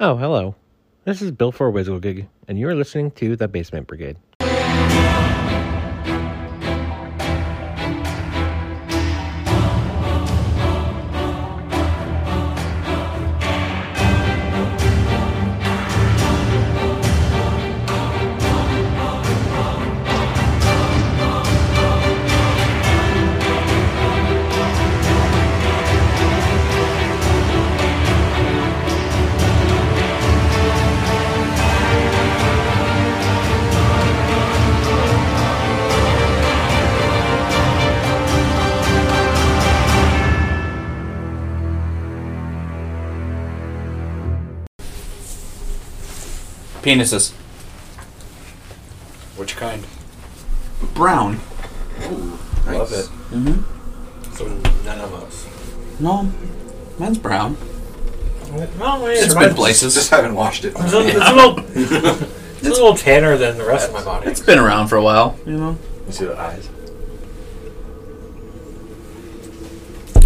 Oh, hello. This is Bill for Whizzlegig, and you're listening to The Basement Brigade. Penises. Which kind? Brown. Love it. Mm-hmm. So none of us. No, mine's brown. Well, It's been places. haven't washed it. It's a, it's a little, it's a little tanner than the rest of my body. It's been around for a while, you know. You see the eyes?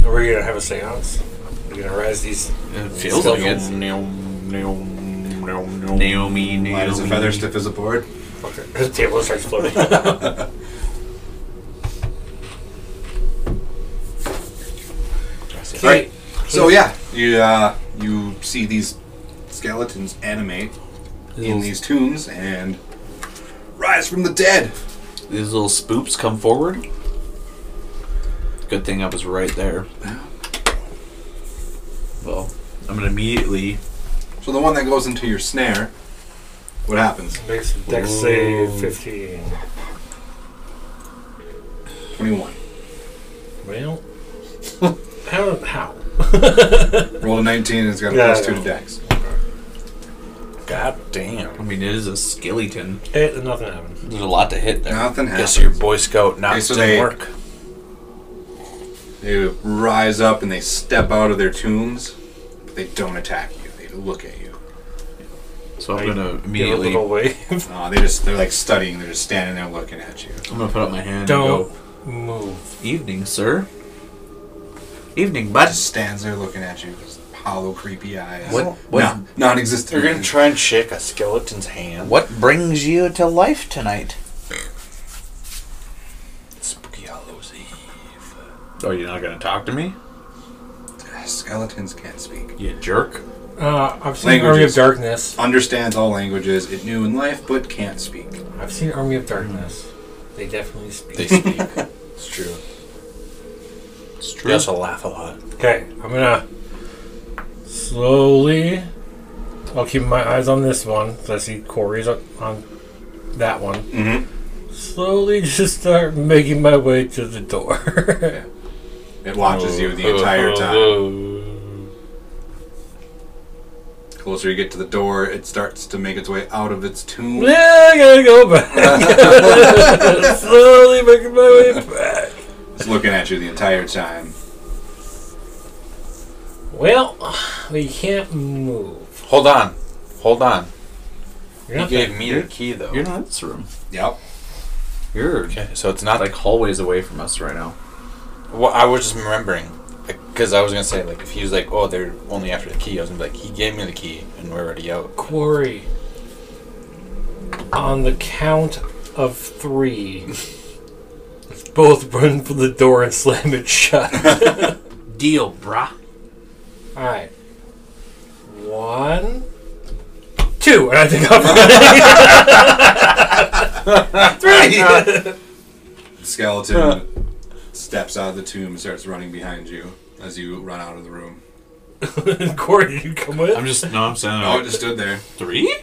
Are we gonna have a seance? Are we gonna raise these? It feels like it. Naomi, Light as a feather, stiff as a board. Okay. The table starts floating. Alright. So yeah, you uh, you see these skeletons animate in these tombs and rise from the dead. These little spoops come forward. Good thing I was right there. Well, I'm gonna immediately. So the one that goes into your snare, what happens? Makes Dex save 15. Twenty-one. Well, how? How? Roll a nineteen, and it's got a Yeah, plus I two know. to dex. God I damn. mean, it is a skeleton. It, Eh, nothing happened. There's a lot to hit there. Nothing happens. Boy Scout Okay, so they- They rise up and they step out of their tombs, but they don't attack you. They look at you. So I'm Right. gonna Give a immediately. little I'm wave. Uh, they just they're like studying. They're just standing there looking at you. gonna put up my hand. Don't And move. go, Evening, sir. Evening, bud. Just stands there looking at you. Just hollow, creepy eyes. What- what- No, non-existent. They're gonna try and shake a skeleton's hand. What brings you to life tonight? Spooky Hallows Eve. Oh, you're not gonna talk to me? Skeletons can't speak. You jerk. Uh, I've seen Army of Languages. Darkness. Understands all languages. It knew in life, but can't speak. I've seen Army of Darkness. They definitely speak. They speak. it's true. It's They also laugh a lot. Okay, I'm gonna slowly. I'll keep my eyes on this one. So I see Corey's on, on that one. Mm-hmm. Slowly, just start making my way to the door. It watches you the Oh, entire time. Closer you get to the door, it starts to make its way out of its tomb. yeah, I gotta go back. slowly making my way back. It's looking at you the entire time. Well, we can't move. Hold on. Hold on. You're You not gave that- me the key though. You're not in this room. Yep. You're okay, so it's not like like hallways away from us right now. well, I was just remembering. Because I was gonna say, like, if he was like, "Oh, they're only after the key," I was gonna be like, "He gave me the key, and we're already out." Corey. On the count of three, let's both run for the door and slam it shut. Deal, brah. Alright. One. Two! And I think I'm Three! The skeleton steps out of the tomb and starts running behind you as you run out of the room. Corey, did you come with? I'm just no. I'm standing Oh, there. it just stood there. three.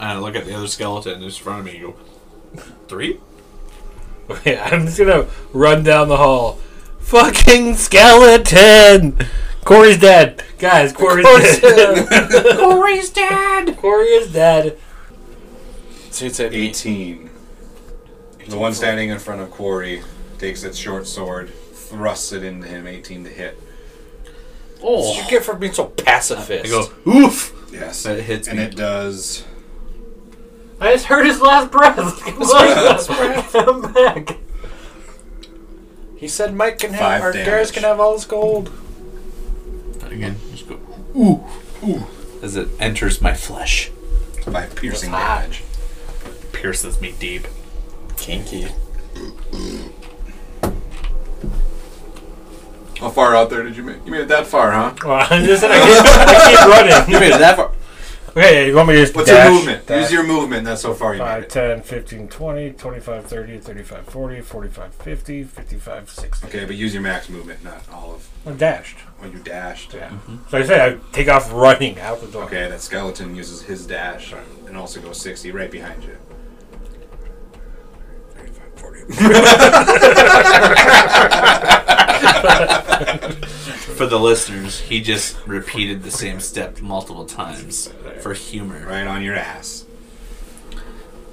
And I look at the other skeleton just in front of me. and go three. Okay, I'm just gonna run down the hall. Fucking skeleton! Corey's dead. Guys, Corey's dead. Corey's dead. Corey is dead. So you'd say me. 18. The one standing in front of Quarry takes its short sword, thrusts it into him, 18 to hit. What did you get for being so pacifist? I go oof. Yes. That hits And me. it does. I just heard his last breath. Come on, I'm back. He said, "Mike can Five have, or damage. Garrus can have all his gold." Again, just go. as it enters my flesh, by piercing hot. damage. pierces me deep. Kinky. How far out there did you make? You made it that far, huh? Well, I'm just saying, I keep, I keep You running. made it that far. Okay, you want me to just What's dash? your movement? dash. Use your movement. That's how far you made 5, it. 10, 15, 20, 25, 30, 35, 40, 45, 50, 55, 60. Okay, but use your max movement, not all of I'm dashed. when you dashed. Yeah. So I say I take off running out the door. Mm-hmm. Okay, that skeleton uses his dash and also goes 60 right behind you. 35, 40. For the listeners, he just repeated the same step multiple times for humor. right on your ass.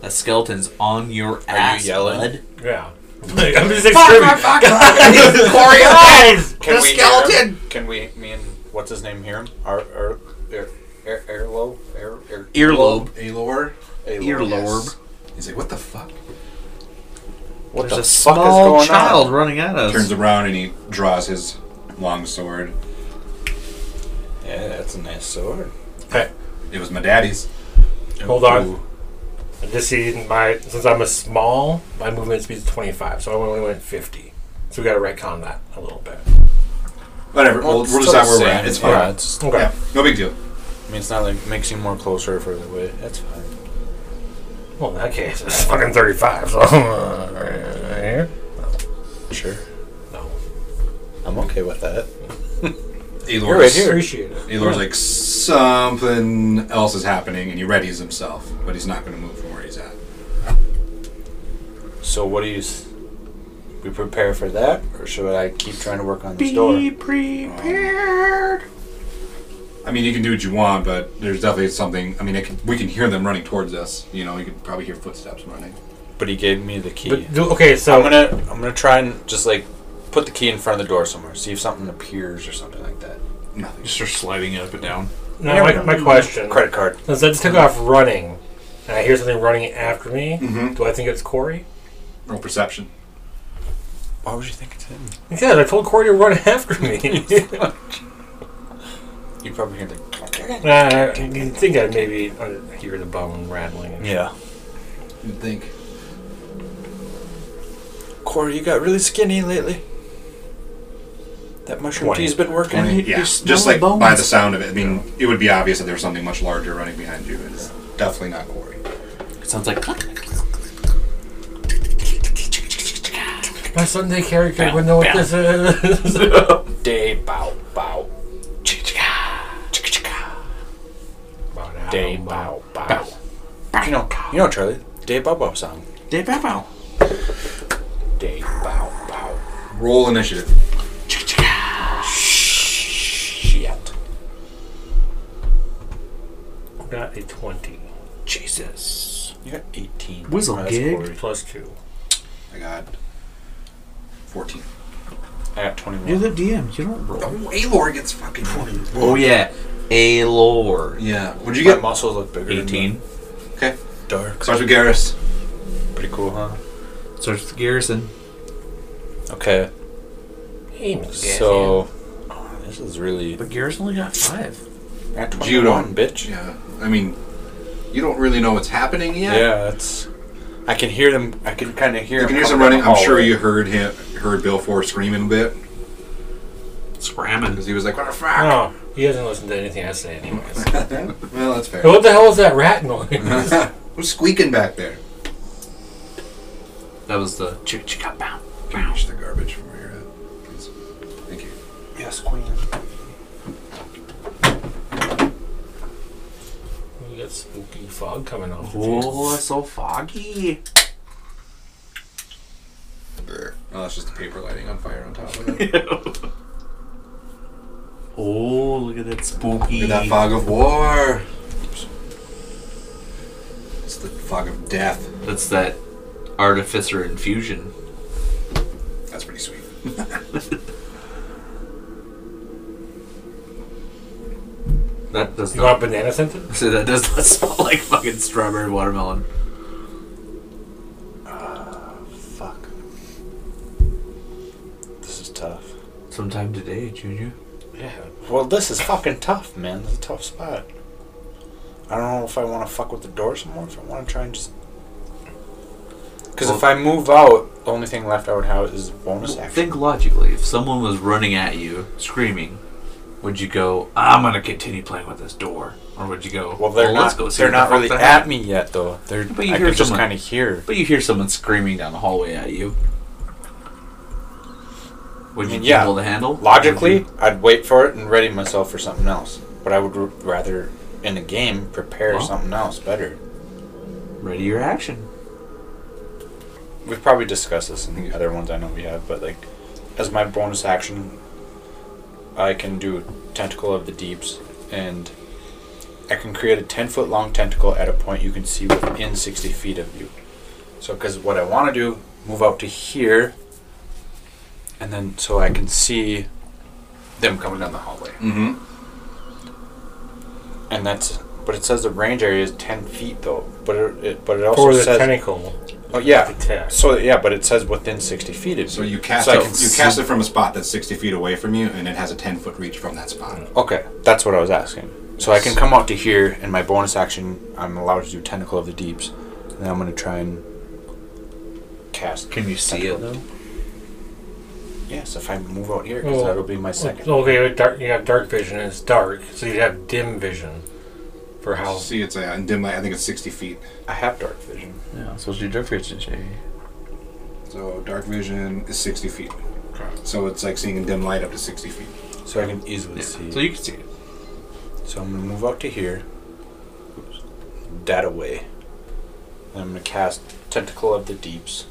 That skeleton's on your you ass. yelling? bud. Yeah. Like, I'm just extremely. Corey, guys! The Can we hear him? skeleton! Can we? Me and what's his name? Hear him? Our our air air earlobe air air Earlobe. Alor? earlobe. Earlobe. He's like, what the fuck? What There's a the fuck is small going child on? running at us. Turns around and he draws his long sword. Yeah, that's a nice sword. Okay, It was my daddy's. hold on. Ooh. This is my since I'm a small, my movement speed is 25, so I only went 50. So we gotta retcon that a little bit. Whatever. We'll, we'll decide where we're at. It's fine. Yeah, it's, Okay. Yeah, no big deal. I mean, it's not like makes you more closer or further away. That's fine. Well, in that case, it's fucking 35. So right here. Sure, No. I'm okay with that. Alor's, right here. Appreciate it. Alor's like, something else is happening, and he readies himself, but he's not going to move from where he's at. So what do you? s- We prepare for that, or should I keep trying to work on this door? I mean, you can do what you want, but there's definitely something. I mean, it can, we can hear them running towards us. You know, you could probably hear footsteps running. But he gave me the key. But do, okay, so I'm gonna I'm gonna try and just like put the key in front of the door somewhere, see if something appears or something like that. Nothing. Just sliding it up and down. now my, my question. Credit card. Since I just took off running, and I hear something running after me, do I think it's Corey? No perception. Why would you think it's him? Yeah, I told Corey to run after me. You probably hear the. Uh, you think I'd maybe uh, hear the bone rattling. Yeah. You'd think. Corey, you got really skinny lately. That mushroom Twenty. tea's been working. I mean, You yeah, smell just the like bones. by the sound of it. I mean, it would be obvious that there's something much larger running behind you. It's definitely not Corey. It sounds like My Sunday character would know what this is. day bow bow day bow bow. You know, you know, Charlie, day bow bow song. Dave Bow. Day bow bow. Roll initiative. Shit. Got a 20. Jesus. You got 18. Whizzle Oh, that's gig. Corey. Plus 2. I got 14. I got 21. You're the DM. You don't Oh, roll. Alor gets fucking 20. Oh, yeah. A lore. Yeah. What'd you My get? muscles look bigger. than 18. mine. Okay. Dark. Starts with Garrus. Pretty cool, huh? Starts with Garrison. Okay. Hey, Miss Gaffney. So, oh, this is really. But Garrison only got five. At Judo. bitch. Yeah. I mean, you don't really know what's happening yet. Yeah, that's. I can hear them. I can kind of hear. You can them hear some running. coming down I'm the sure hallway. you heard him, heard Bill Four screaming a bit Scramming. because he was like, "What the fuck?" No, he doesn't listen to anything I say, anyways. well, that's fair. what the hell is that rat noise? Who's squeaking back there? That was the chick chick bow. Can you reach the garbage from where you're at, please? Thank you. Yes, queen. we got spooky fog coming off. the Oh, table. it's so foggy. Oh, that's just the paper lighting on fire on top of it. Oh, look at that spooky. Look at that fog of war. It's the fog of death. That's that artificer infusion. That's pretty sweet. That does You not. want banana scented? So that does not smell like fucking strawberry watermelon. Fuck. This is tough. Sometime today, Junior. Yeah. Well, this is fucking tough, man. This is a tough spot. I don't know if I want to fuck with the door some more. If I want to try and just. Because if I move out, the only thing left I would have is bonus action. Think logically. If someone was running at you, screaming, would you go, I'm going to continue playing with this door? Or would you go, Well, they're let's not. go see what they're the not fuck's really happening." at me yet, though. They're. But you I hear can just someone- kind of hear. But you hear someone screaming down the hallway at you. Would you mean, yeah. be able to handle? Logically, I'd wait for it and ready myself for something else. But I would r- rather, in the game, prepare Well. something else better. ready your action. We've probably discussed this in the other ones I know we have, but like, as my bonus action, I can do Tentacle of the Deeps, and I can create a 10 foot long tentacle at a point you can see within 60 feet of you. So, because what I want to do, move out to here, and then so I can see them coming down the hallway. Mm-hmm. And that's, but it says the range area is 10 feet though, but it, it but it also For the says, tentacle. oh yeah, attack. so yeah, but it says within 60 feet of So you cast So I it, can you see- cast it from a spot that's sixty feet away from you, and it has a ten foot reach from that spot. Okay, that's what I was asking. So I can come out to here, and my bonus action, I'm allowed to do Tentacle of the Deeps, and I'm gonna try and cast. Can you see it though? Yes, if I move out here, because Oh. that'll be my second. Okay, with dark, you have dark vision. It's dark, so you'd have dim vision for how. See, it's a in dim light. I think it's sixty feet. I have dark vision. Yeah, so it's your dark vision So dark vision is sixty feet. So it's like seeing in dim light up to sixty feet. So I can easily see. So you can see it. So I'm gonna move out to here. Oops. That away. And I'm gonna cast Tentacle of the Deeps.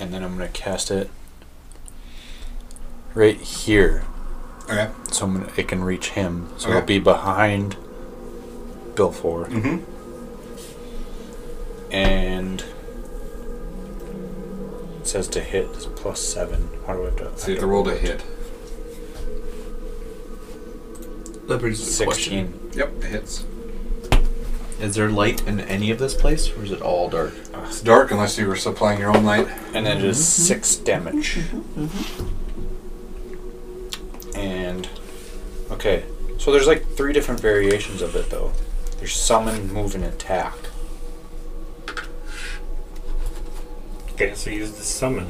And then I'm gonna cast it right here. Okay. So I'm gonna, it can reach him. So Okay. it'll be behind Bill Four. Mm-hmm. And it says to hit is plus seven. How do I do it? So you have to roll to hit. That brings us to the question. Sixteen. Yep, it hits. Is there light in any of this place, or is it all dark? It's dark unless you were supplying your own light. And then it is six damage. And okay. So there's like three different variations of it though. There's summon, move, and attack. Okay, so use the summon.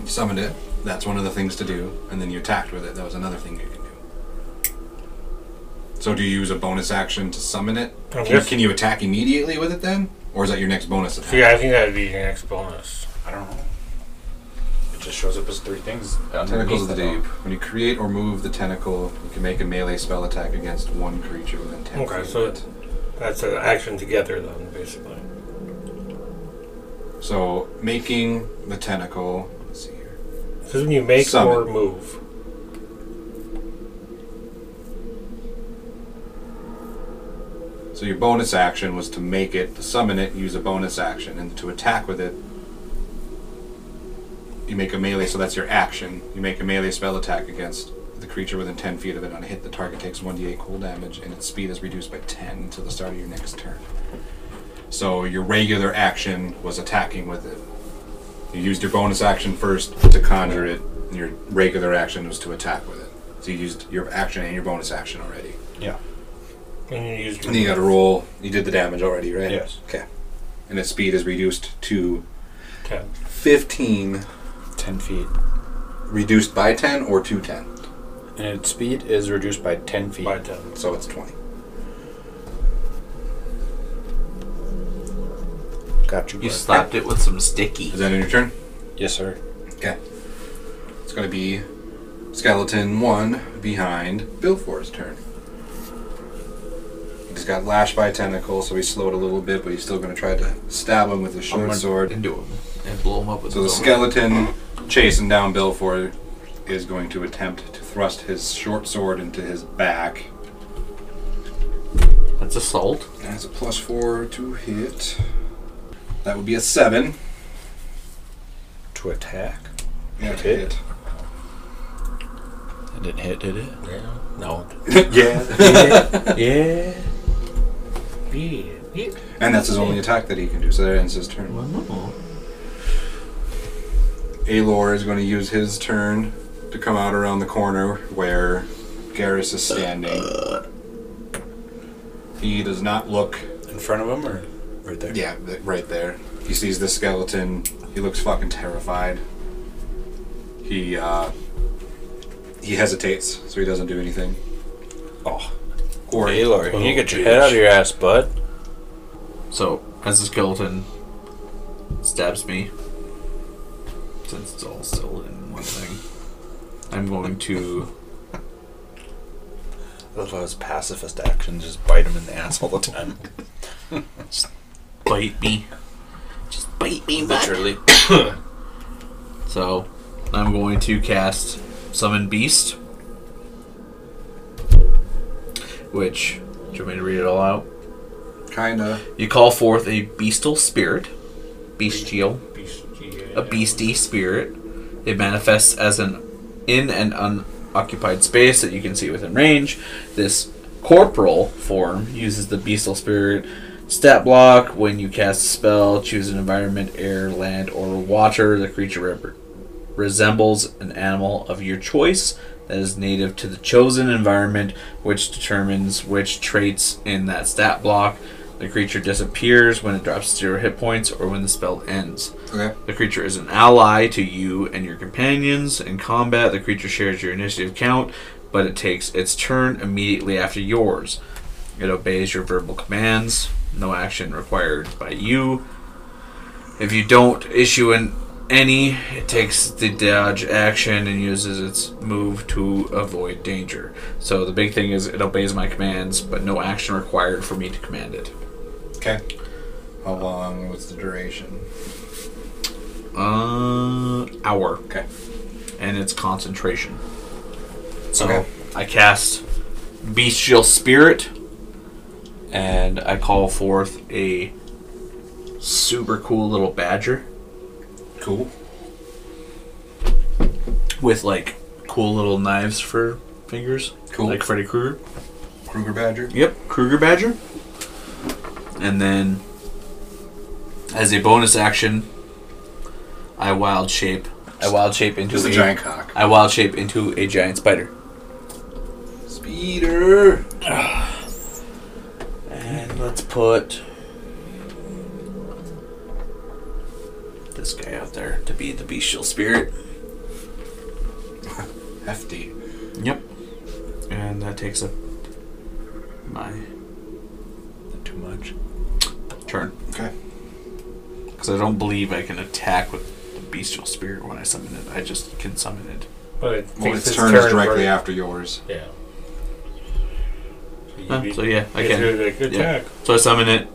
You summoned it. That's one of the things to do, and then you attacked with it. That was another thing you can do. So do you use a bonus action to summon it? I Can you, guess- can you attack immediately with it then, or is that your next bonus attack? yeah, I think that would be your next bonus. I don't know. It just shows up as three things. Tentacles of the underneath it, Deep. When you create or move the tentacle, you can make a melee spell attack against one creature within 10 Okay, feet. so it- That's an action together, then, basically. So making the tentacle. Let's see here. This is when you make Summon. or move. So your bonus action was to make it, to summon it, use a bonus action, and to attack with it. You make a melee, so that's your action. You make a melee spell attack against the creature within 10 feet of it. On a hit, the target takes 1d8 cold damage, and its speed is reduced by 10 until the start of your next turn. So your regular action was attacking with it. You used your bonus action first to conjure it, and your regular action was to attack with it. So you used your action and your bonus action already. And you use And then you gotta roll. You did the damage already, right? Yes. Okay. And its speed is reduced to ten. 15, Ten feet. reduced by 10 or to 10. And its speed is reduced by 10 feet. By ten. So it's 20. Got you. You bud. slapped it with some sticky. Is that in your turn? Yes, sir. Okay. It's gonna be Skeleton 1 behind Billfour's turn. He's got lashed by tentacle, so he's slowed a little bit, but he's still gonna try to stab him with his short gonna- sword. Into him and blow him up with So the his own- skeleton chasing down Belfort is going to attempt to thrust his short sword into his back. That's assault. That's a plus four to hit. That would be a seven. To attack. Yeah, to Hit. hit. It didn't hit, did it? Yeah. No. Yeah. yeah. Yeah. yeah. And that's his only attack that he can do, so that ends his turn. Wow. Alor is going to use his turn to come out around the corner where Garrus is standing. He does not look In front of him or right there? Yeah, th- right there. He sees the skeleton. He looks fucking terrified. He uh, he hesitates, so he doesn't do anything. Oh, Or Gaylord, Oh, you get your bitch. head out of your ass, bud. So, as the skeleton stabs me, since it's all still in one thing, I'm going to. That's why his pacifist actions just bite him in the ass all the time. bite me. Just bite me, bud. Literally. So, I'm going to cast Summon Beast. Which, do you want me to read it all out? kinda. You call forth a beastial spirit, bestial, a beastie spirit. It manifests as an in an unoccupied space that you can see within range. This corporal form uses the beastial spirit stat block. When you cast a spell, choose an environment, air, land, or water. The creature rep- resembles an animal of your choice that is native to the chosen environment, which determines which traits in that stat block. The creature disappears when it drops zero hit points or when the spell ends. Okay. The creature is an ally to you and your companions. In combat, the creature shares your initiative count, but it takes its turn immediately after yours. It obeys your verbal commands, no action required by you. If you don't issue an any, it takes the dodge action and uses its move to avoid danger. So the big thing is it obeys my commands, but no action required for me to command it. Okay. How long? What's the duration? Uh, hour. Okay. and it's concentration. So Okay. I cast Bestial Spirit, and I call forth a super cool little badger Cool. with like cool little knives for fingers, Cool. like Freddy Krueger. Kruger Badger. Yep, Kruger Badger. And then, as a bonus action, I wild shape. I wild shape into Just a giant cock. I wild shape into a giant spider. Speeder. And let's put this guy out there to be the bestial spirit. Hefty. Yep. And that takes up my Too much. turn. Okay. Because I don't believe I can attack with the bestial spirit when I summon it. I just can summon it. But I think Well, it's its his turn is directly right? after yours. Yeah. Huh, so yeah, I It's can. a good Yeah. attack. So I summon it.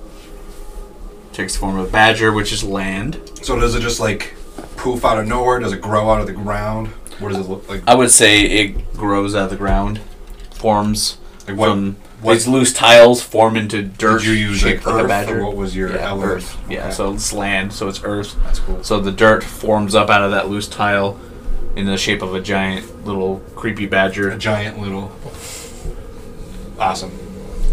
Takes the form of a badger, which is land. So does it just like poof out of nowhere? Does it grow out of the ground? What does it look like? I would say it grows out of the ground, forms Like what? from what- these loose tiles form into dirt. did you use like shaped earth? like a badger. Or what was your yeah, element? earth. Yeah, Okay. so it's land, so it's earth. that's cool. So the dirt forms up out of that loose tile in the shape of a giant little creepy A badger. giant little. Awesome.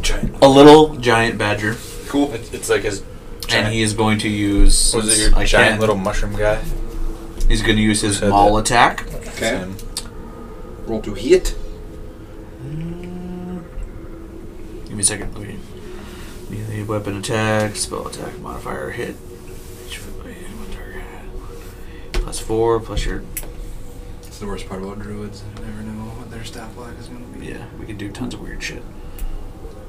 Giant. A little giant badger. Cool. It's it's like his. And he is going to use Was it your I giant can't- little mushroom guy? he's gonna use his Said maul that. attack. Okay. Same. Roll to hit. Give me a second, let me melee weapon attack, spell attack, modifier hit. Each melee hit one target. Plus four, plus your It's the worst part about druids. I never know what their stat block is going to be. Yeah, we can do tons of weird shit.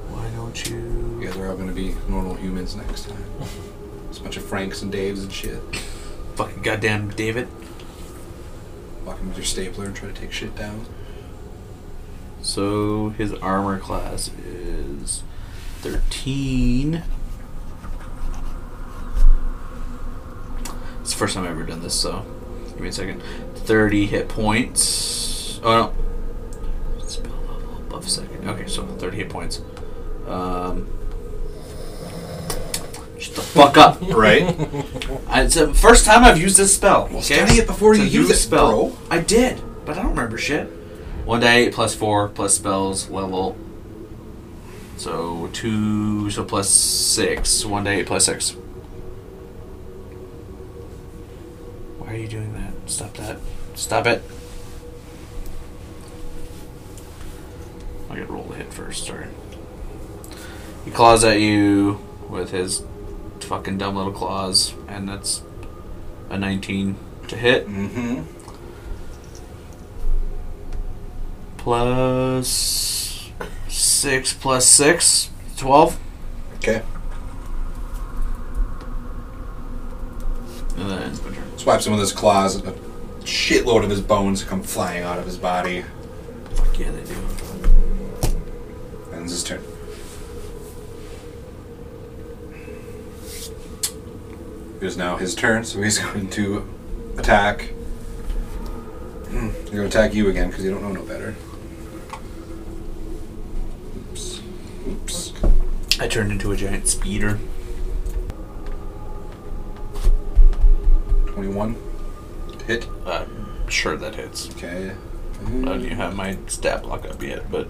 Why don't you You guys are all going to be normal humans next time. It's a bunch of Franks and Daves and shit. fucking goddamn David? Walking with your stapler and try to take shit down. So his armor class is 13. It's the first time I've ever done this, so give me a second. 30 hit points. Oh no. Spell level above second. Okay, so 30 hit points. Um, shut the fuck up. Right? I, it's the first time I've used this spell. Well, study it before you use it, spell. bro. I did, but I don't remember shit. One day plus four plus spells level. So two, so plus six. One day plus six. Why are you doing that? Stop that! Stop it! I gotta roll the hit first. Sorry. He claws at you with his fucking dumb little claws, and that's a 19 to hit. Mm-hmm. Plus 6 plus 6, 12. Okay. And then it ends my turn. Swipes him with his claws. A shitload of his bones come flying out of his body. Fuck yeah, they do. Ends his turn. It is now his turn, so he's going to attack. Hmm, He's going to attack you again because you don't know no better. Oops. Oops. I turned into a giant speeder. 21. Hit. Uh, sure, that hits. Okay. I don't even have my stat block up yet, but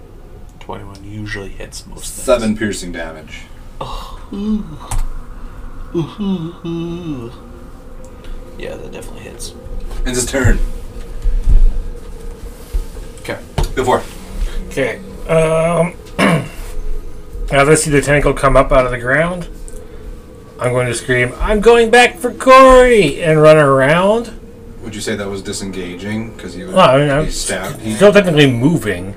21 usually hits most things. Seven piercing damage. Yeah, that definitely hits. Ends his turn. Okay. Go for it. Okay. Um, now that I see the tentacle come up out of the ground, I'm going to scream, I'm going back for Corey! and run around. Would you say that was disengaging? Because you Well, I mean, I'm he stabbed. He, still technically moving.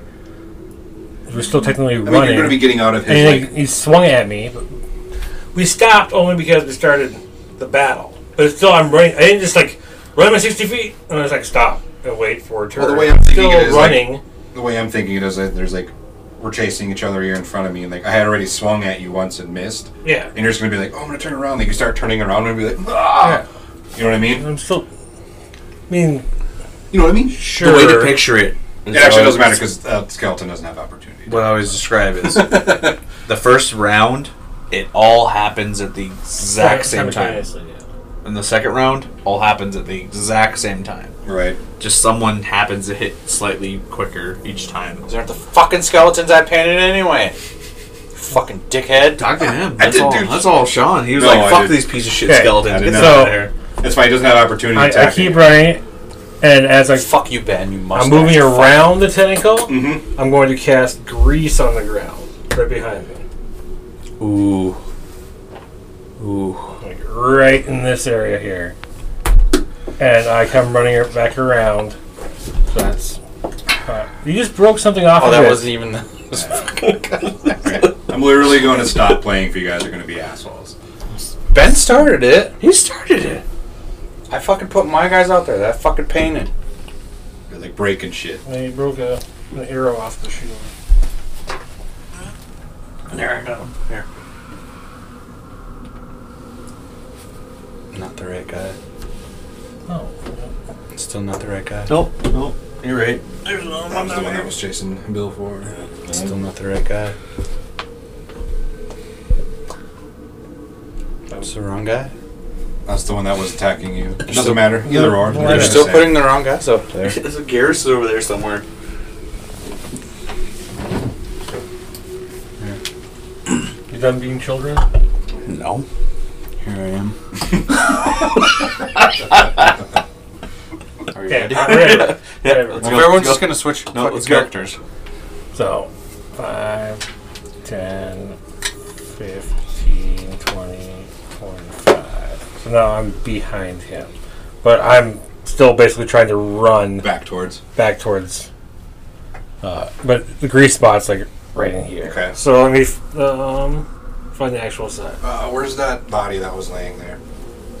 We're still technically I mean, running. you're going to be getting out of and he, his like. he swung at me. But we stopped only because we started the battle. But it's still, I'm running. I didn't just like run my 60 feet and I was like, stop and wait for a turn. Well, the way I'm thinking still it is, like- running. The way I'm thinking it is that there's like we're chasing each other here in front of me, and like I had already swung at you once and missed, yeah. and you're just going to be like, oh, I'm going to turn around. Like you start turning around and be like, ah, you know what I mean? I'm still. I mean, You know what I mean? sure. The way to picture it. It actually doesn't matter because uh, skeleton doesn't have opportunity. What I always describe is the first round, it all happens at the exact same time. And the second round, all happens at the exact same time. Right. Just someone happens to hit slightly quicker each time. These aren't the fucking skeletons I painted anyway. Fucking dickhead. Talk to him. I That's did all. do- That's all, Sean. He was No, I like, "Fuck did- these piece of shit Okay. I skeletons. Get did not. them out of there." That's why he doesn't have opportunity. I, I attacking. keep running, and as I, Fuck you, Ben. You must. I'm moving around the tentacle, Mm-hmm. I'm going to cast grease on the ground right behind me, Ooh. Ooh. like right in this area here, and I come running it back around. So that's. uh, you just broke something off. Oh, of that it. wasn't even. I'm literally going to stop playing if you guys are going to be assholes. ben started it. He started it. I fucking put my guys out there. That fucking painted. You're like breaking shit. They broke a, an arrow off the shield. There I go. Here. Not the right guy. Oh, Still not the right guy. Nope. Nope. You're right. That was the one that was chasing Bill for. Still not the right guy. That was the wrong guy. That's the one that was attacking you. It still- doesn't matter. Either or. They're They're They're still the same. putting the wrong guys up there. There's a garrison over there somewhere. you done being children? No. Here I am. Are you Okay, ready? I'm ready. Whatever. Well, everyone's just gonna switch No, fucking let's go. characters. So, 5, 10, 15, 20, 25. So now I'm behind him. But I'm still basically trying to run Back towards. back towards. Uh, but the grease spot's like right in here. Okay. So let me f- um, find the actual side. Uh, where's that body that was laying there?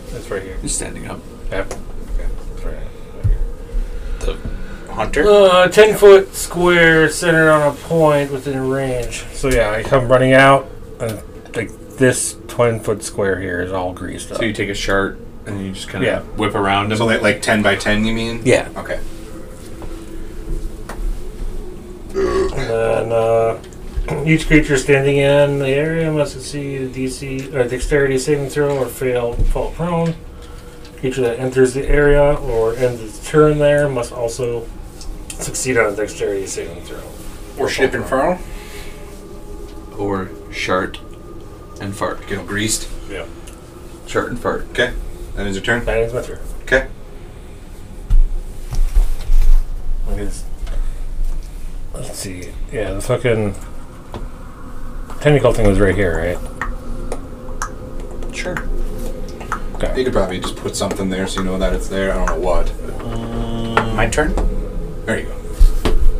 It's right here. He's standing up. Yep. It's right here. Hunter. Uh, 10 foot square centered on a point within range. So yeah, I come running out, and like this 10 foot square here is all greased up. So you take a shard and you just kind of Yeah. whip around him. So like, like 10 by 10, you mean? yeah. Okay. And then uh, each creature standing in the area must succeed a DC or dexterity saving throw or fail fall prone. Creature that enters the area or ends its turn there must also succeed on a dexterity saving throw. Or ship infernal. or shart and fart. Get all greased. Yeah. Shart and fart. Okay. That ends your turn. That ends my turn. Okay. Like it's- Let's see. Yeah, the fucking tentacle thing was right here, right? Sure. You could probably just put something there so you know that it's there. I don't know what. My turn. There you go.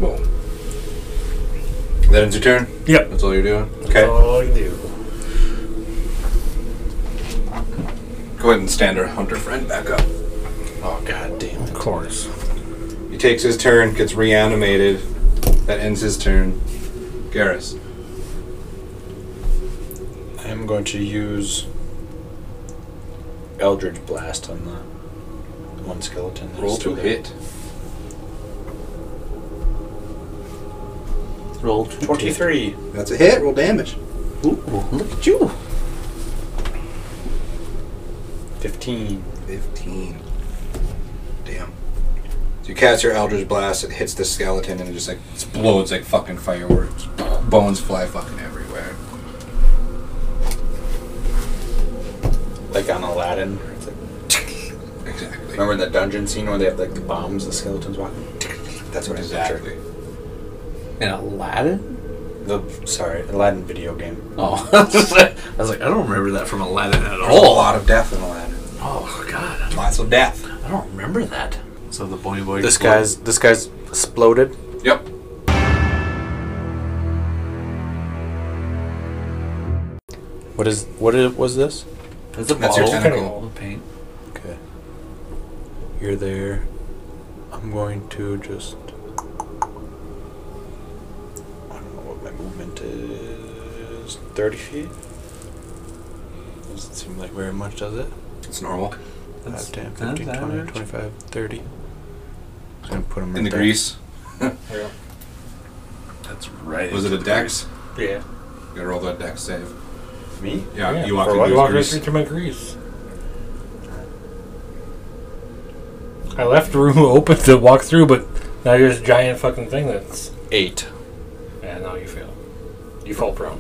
Boom. That ends your turn. Yep. That's all you're doing. That's Okay. all I can do. Go ahead and stand our hunter friend back up. Oh god damn Of it. course. He takes his turn, gets reanimated. That ends his turn. Garrus. I'm going to use Eldridge Blast on the one skeleton. that's Roll still to there. hit. Roll to Twenty-three. That's a hit. Roll damage. Ooh, look at you. Fifteen. 15. Damn. So you cast your Eldritch Blast, it hits the skeleton, and it just like explodes like fucking fireworks. Bones fly fucking everywhere. Like on Aladdin. It's like, Exactly. remember in the dungeon scene where they have like the bombs, the skeletons walking. That's what Exactly. exactly. And Aladdin? The sorry, Aladdin video game. Oh, I was like, I don't remember that from Aladdin at There's a all. lot of death in Aladdin. Oh God, I don't- Lots of death. I don't remember that. So the boy boy. This guy's this guy's exploded. Yep. What is what is, was this? That's a That's your bottle. tentacle. Of paint. Okay. You're there. I'm going to just. I don't know what my movement is. 30 feet? Doesn't seem like very much, does it? It's normal. 5, 10, that's 15, 20, average. 25, 30. I'm going to put them In the grease. That's right. Was it a dex? Yeah. You gotta roll that dex save. Me? Yeah, Oh, Yeah. you walked For in what? You Use walked the right grease. through to my grease. I left the room open to walk through, but now there's a giant fucking thing that's. 8. Yeah, now you fail. You fall prone.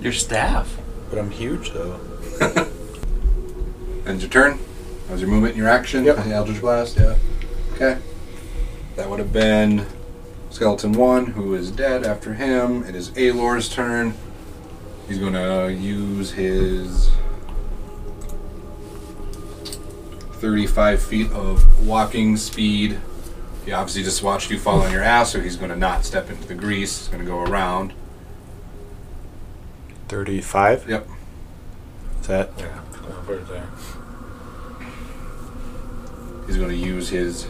Your staff. But I'm huge, though. Ends your turn. That was your movement and your action. Yep. The Eldritch Blast, yeah. Okay. That would have been Skeleton 1, who is dead after him. It is Alor's turn. He's going to use his 35 feet of walking speed. He obviously just watched you fall on your ass, so he's going to not step into the grease. He's going to go around. 35? Yep. Is that? Yeah, I'll put it there. He's going to use his.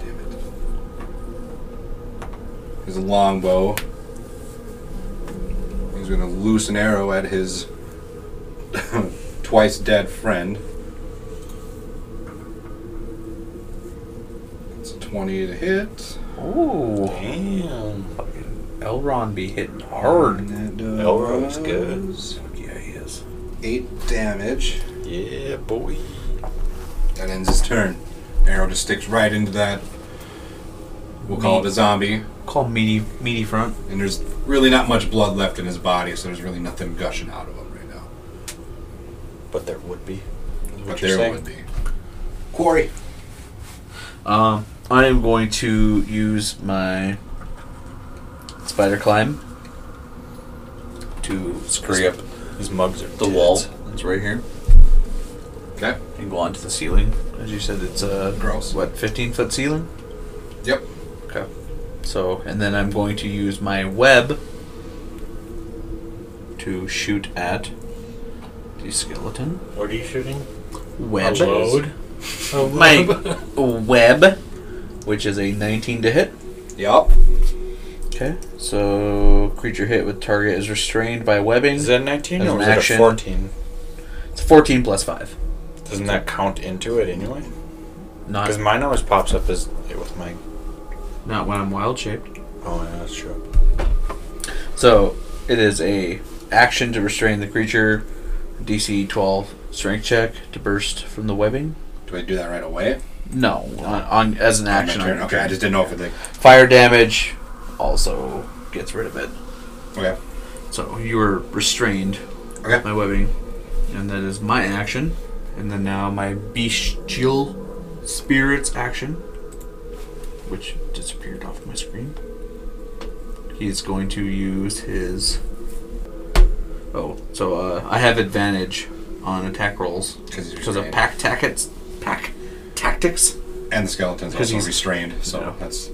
Damn it. His longbow. He's going to loose an arrow at his twice dead friend. It's a 20 to hit. Ooh. Damn. Elron be hitting hard. And that Elrond's good. does Yeah, he is. 8 damage. Yeah, boy. That ends his turn. Arrow just sticks right into that. We'll call it a zombie. Call meaty meaty front. and there's really not much blood left in his body, so there's really nothing gushing out of him right now. But there would be. but you're there saying. would be. Quarry. Um, I am going to use my spider climb to scurry up These mugs are the wall that's right here Okay. and go onto the ceiling. As you said, it's a Gross. what 15 foot ceiling. Yep. Okay. So, and then I'm going to use my web to shoot at the skeleton. What are you shooting? Web. A load. A My load. web, which is a 19 to hit. Yep. Okay. So, creature hit with target is restrained by webbing. Is that 19 As or an is it a action. 14? It's 14 plus 5. Doesn't that count into it anyway? Not Because Uh, mine always pops up as with my. not when I'm wild shaped. Oh, yeah, that's true. So, it is a action to restrain the creature. DC 12 strength check to burst from the webbing. Do I do that right away? No, on, on as an On my action. on turn? your Okay, I turn. just didn't know if it like. Fire damage also gets rid of it. Okay. So you were restrained Okay. by webbing, and that is my action. And then now my bestial spirit's action, which disappeared off my screen. He's going to use his. Oh, so uh, I have advantage on attack rolls 'Cause he's because of restrained. pack tactics. Pack tactics. And the skeleton's 'Cause also he's- restrained, so Yeah. that's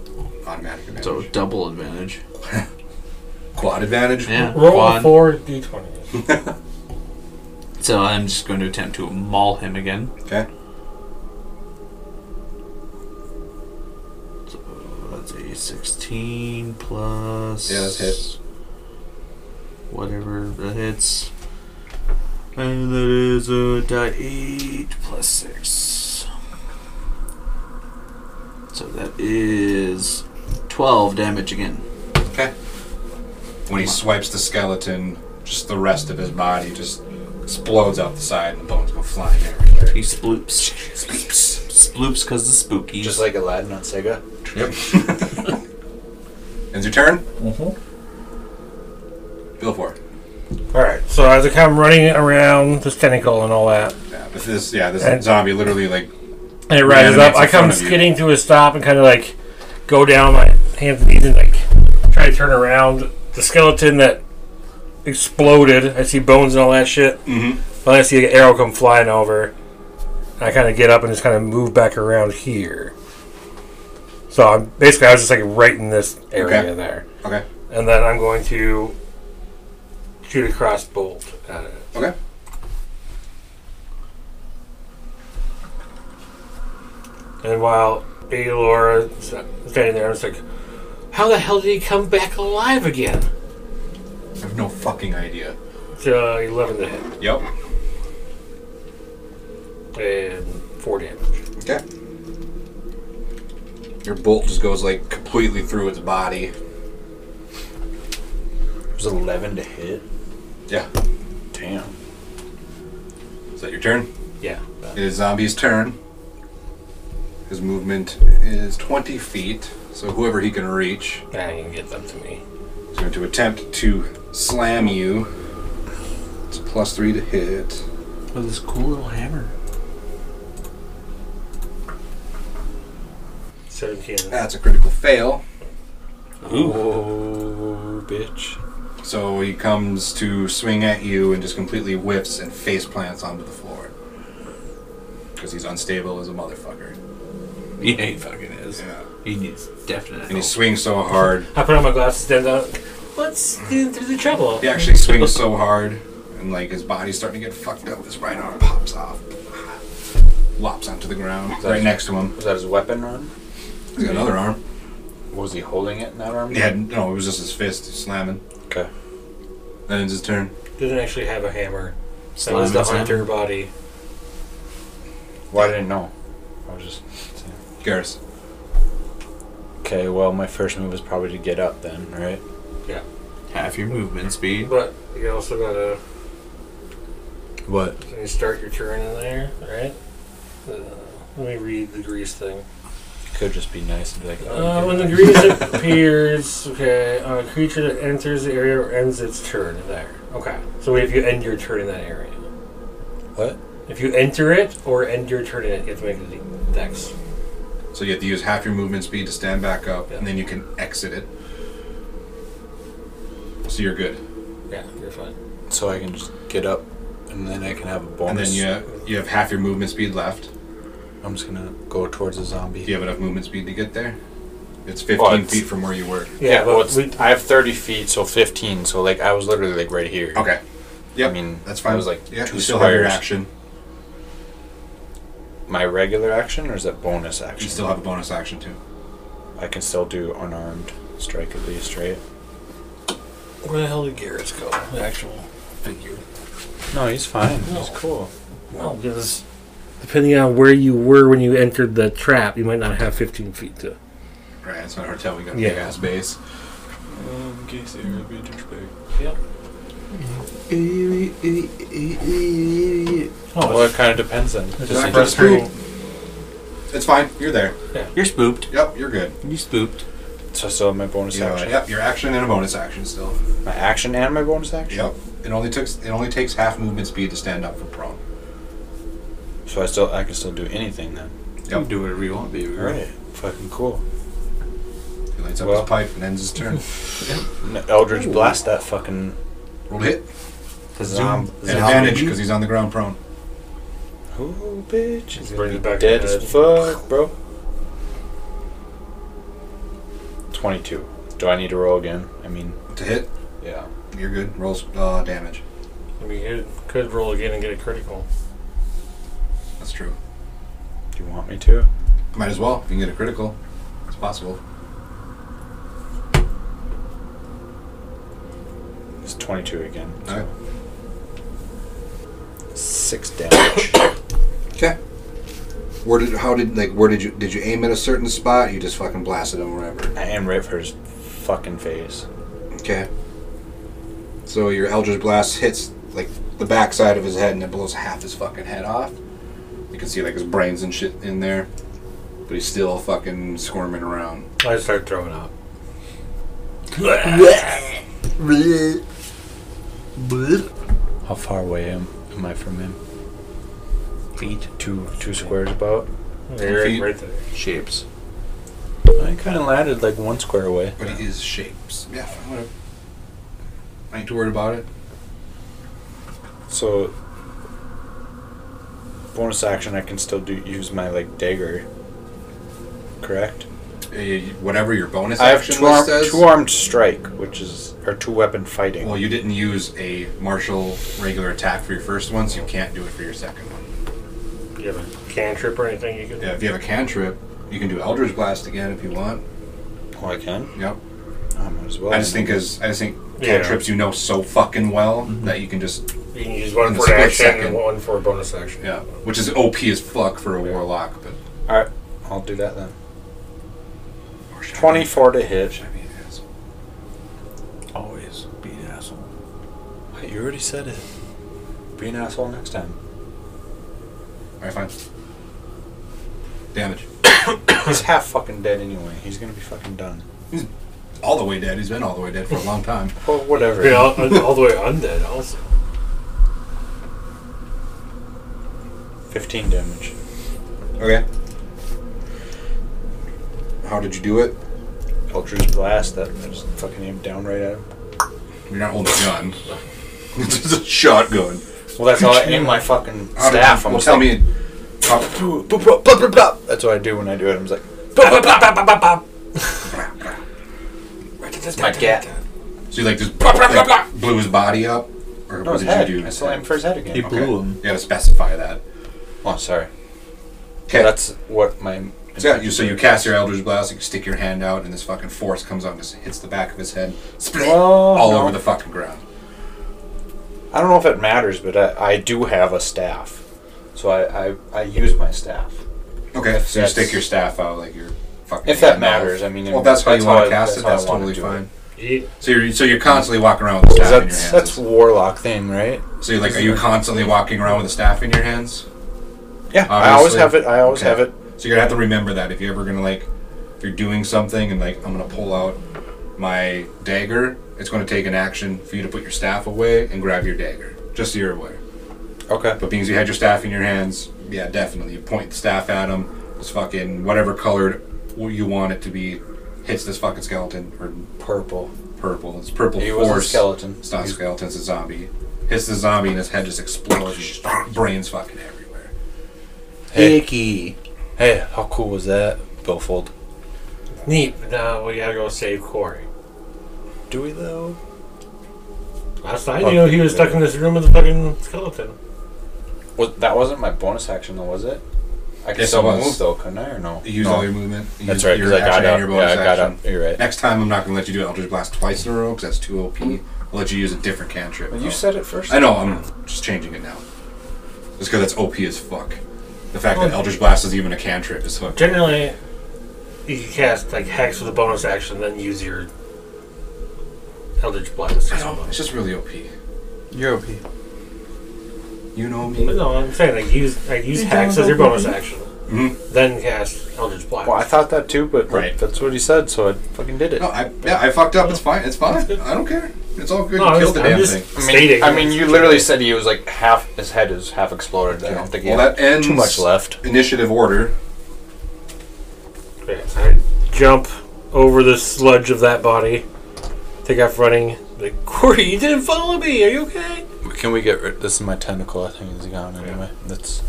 automatic advantage. So double advantage. Quad advantage? Yeah. Roll quad. four d20. So I'm just going to attempt to maul him again. Okay. So that's a 16 plus. Yeah, that hits. Whatever that hits. And that is a die 8 plus 6. So that is 12 damage again. Okay. When he swipes the skeleton, just the rest of his body just explodes out the side and the bones go flying everywhere. He sploops. Sploops because the spooky. Just like Aladdin on Sega. Yep. Ends your turn? Mm-hmm. Go for it. Alright, so as I come running around this tentacle and all that, Yeah, but this, yeah, this And- zombie literally like and it rises Reanimates up, I in come front of you. skidding to a stop and kind of like go down my hands and knees and like try to turn around. The skeleton that exploded, I see bones and all that shit. Mhm. But I see an arrow come flying over. And I kind of get up and just kind of move back around here. So I'm basically I was just like right in this area Okay. there. okay, and then I'm going to shoot a crossbolt at it. okay. And while Aelora is standing there, I'm just like, "How the hell did he come back alive again?" I have no fucking idea. It's uh, 11 to hit Yep. and four damage. Okay. Your bolt just goes like completely through its body. It was 11 to hit. Yeah. Damn. Is that your turn? Yeah. It is zombie's turn. His movement is 20 feet, so whoever he can reach Now you can get them to me. is going to attempt to slam you. It's a plus three to hit. With this cool little hammer. 17. That's a critical fail. Ooh, bitch. So he comes to swing at you and just completely whiffs and face plants onto the floor. Because he's unstable as a motherfucker. Yeah, he fucking is. Yeah. He needs definite And he help. swings so hard. I put on my glasses, uh, stand up. Let's get through the Oh. trouble. He actually swings so hard, and like his body's starting to get fucked up. His right arm pops off, lops onto the ground, right next to him. Was that his weapon arm? He's got another arm. Was he holding it in that arm? He had no. It was just his fist slamming. Okay. Then it's his turn. Doesn't actually have a hammer. That Slam was the his hammer. hunter body. Well, I didn't know. I was just. Garrus. Okay, well, my first move is probably to get up then, right? Half your movement speed. But you also gotta What? Can you start your turn in there, right? Uh, let me read the grease thing. Could just be nice and be like, oh, Uh, you when did the that. grease appears, okay, on a creature that enters the area or ends its turn there. Okay, so if you end your turn in that area, What? if you enter it or end your turn in it, you have to make the de- dex. So you have to use half your movement speed to stand back up, Yeah. and then you can exit it. So you're good. Yeah, you're fine. So I can just get up and then I can have a And then bonus. you have, you have half your movement speed left. I'm just gonna go towards the zombie. Do you have enough movement speed to get there? It's 15 Well, it's- feet from where you were. Yeah, well, it's, we, I have 30 feet, so 15. So, like, I was literally, like, right here. Okay. Yep. I mean, that's fine. It was, like, Yep, two you still have your squares. action. My regular action, or is that bonus action? You still have a bonus action too. I can still do unarmed strike at least, right? where the hell did Garrett's go? The actual figure. No, he's fine. No. He's cool. No, because depending on where you were when you entered the trap, you might not have 15 feet to. Right, it's not hard to tell. We got a Yeah. big ass base. Um, Casey, you're be a douchebag. Oh, Well, it kind of depends then. Back Does to he the just do- spook. It's fine. You're there. You're spooked. Yep, you're good. You spooked. So I still have my bonus You have, action. yep, your action and a bonus action still. My action and my bonus action. Yep. It only takes it only takes half movement speed to stand up from prone. So I still I can still do anything then. You can do whatever you want, baby. All right. Fucking cool. You lights up Well. his pipe and ends his turn. N- Eldritch blast that fucking Roll to hit. zomb- An advantage because he's on the ground prone. Oh, bitch. He's Bring gonna it be back dead to as head. fuck, bro. 22. Do I need to roll again? I mean, To hit, yeah. you're good. Rolls uh, damage. I mean, it could roll again and get a critical. That's true. Do you want me to? Might as well. If you can get a critical, it's possible. It's 22 again. All right. Six damage. Okay. Where did how did like where did you did you aim at a certain spot? You just fucking blasted him wherever. I am right for his fucking face. Okay. So your Eldritch Blast hits like the backside of his head and it blows half his fucking head off. You can see like his brains and shit in there, but he's still fucking squirming around. I start throwing up. How far away am, am I from him? Feet, Two two squares about? There, Feet. right there. shapes. I kind of landed like one square away. But he is shapes. Yeah, whatever. I ain't too worried about it. So, bonus action, I can still do use my like dagger. Correct. Uh, whatever your bonus I have action two, list arm, says. two armed strike, which is or two weapon fighting. Well, you didn't use a martial regular attack for your first one, so you can't do it for your second one. Do you have a cantrip or anything you could? Yeah, if you have a cantrip, you can do Eldritch Blast again if you want. oh, I can. Yep. I might Um, as well. I just think as I just think Yeah. cantrips you know so fucking well Mm-hmm. that you can just You can use one In a for an split action second. and one for a bonus action. yeah, which is OP as fuck for a warlock, but All right, I'll do that then. Twenty-four to hit. Should I be an asshole? Always be an asshole. Wait, you already said it. Be an asshole next time. All right, fine. Damage. He's half fucking dead anyway. He's gonna be fucking done. All the way dead. He's been all the way dead for a long time. Well, whatever. Yeah, all, all the way undead also. Fifteen damage. Okay. How did you do it? Eldritch blast. That I just fucking aimed down right at him. You're not holding a gun. it's just a shotgun. Well, that's how I aim my fucking How did- staff. I'm well, just tell like, me. how- "Blah, blah, blah, blah, blah." That's what I do when I do it. I'm just like, "Blah, blah, blah, blah, blah, blah, blah." That's my gat. So you like just blah, blah, blah, blah, blew his body up, or what No, his did head. you do? I still aim for his head again. He Okay. blew him. You gotta specify that. Oh, sorry. Okay. That's what my. So, yeah, you, so you cast your Eldritch Blast, you stick your hand out, and this fucking force comes out and just hits the back of his head, split, Oh, all no. over the fucking ground. I don't know if it matters, but I, I do have a staff, so I, I, I use my staff. Okay, so you That's- stick your staff out like you're fucking. If that Gandalf. matters, I mean, Well, if that's how that's you want how I- to cast that's it. how I That's wanna totally do fine. He- So you're so you're constantly walking around with the 'Cause staff in your That's hands. that's warlock thing, right? so you're like, are you constantly walking around with the staff in your hands? Yeah, I always Obviously. have it. I always Okay. have it. So you're gonna have to remember that if you're ever gonna like, if you're doing something and like, I'm gonna pull out my dagger. It's gonna take an action for you to put your staff away and grab your dagger, just so you're aware. Okay. But because you had your staff in your hands, yeah, definitely. You point the staff at him. This fucking whatever colored you want it to be hits this fucking skeleton or Purple. purple. It's purple He was a force. skeleton. It's not a skeleton. It's a zombie. Hits the zombie and his head just explodes. brains fucking everywhere. Hey, hey, how cool was that? Billfold. Neat. but Now we gotta go save Corey. Do we though? Oh, Last night, you know, he was stuck in this room with a fucking skeleton. Was, that wasn't my bonus action though, was it? I could Yes, still it was. move though, couldn't I or no? You use No. all your movement. You Oh. That's use right, your because I got action and up. your Yeah, bonus I got action. up. You're right. Next time, I'm not going to let you do Eldritch Blast twice in a row because that's too OP. I'll let you use a different cantrip. Well, though. You said it first. Oh. I know, I'm just changing it now. Just because that's OP as fuck. The fact that Eldritch Blast is even a cantrip is fucked. Generally, you can cast like hex with a bonus action, then use your Eldritch Blast. Or I know, something. it's just really OP. You're OP. You know me. But no, I'm saying like use like use hex as your bonus action, Mhm. Mm-hmm. then cast Eldritch Blast. Well, I thought that too, but Right. that's what he said, so I fucking did it. No, I, yeah, I fucked up. It's fine. It's fine. I don't care. It's all good. No, you I'm killed the just, I'm damn just thing. I mean, stating. I mean, you literally said he was like half. His head is half exploded. I don't think he Well, had that ends too much left. initiative order. Okay, I jump over the sludge of that body. Take off running. Like, Corey, you didn't follow me. Are you okay? Can we get rid? This is my tentacle. I think is gone anyway. That's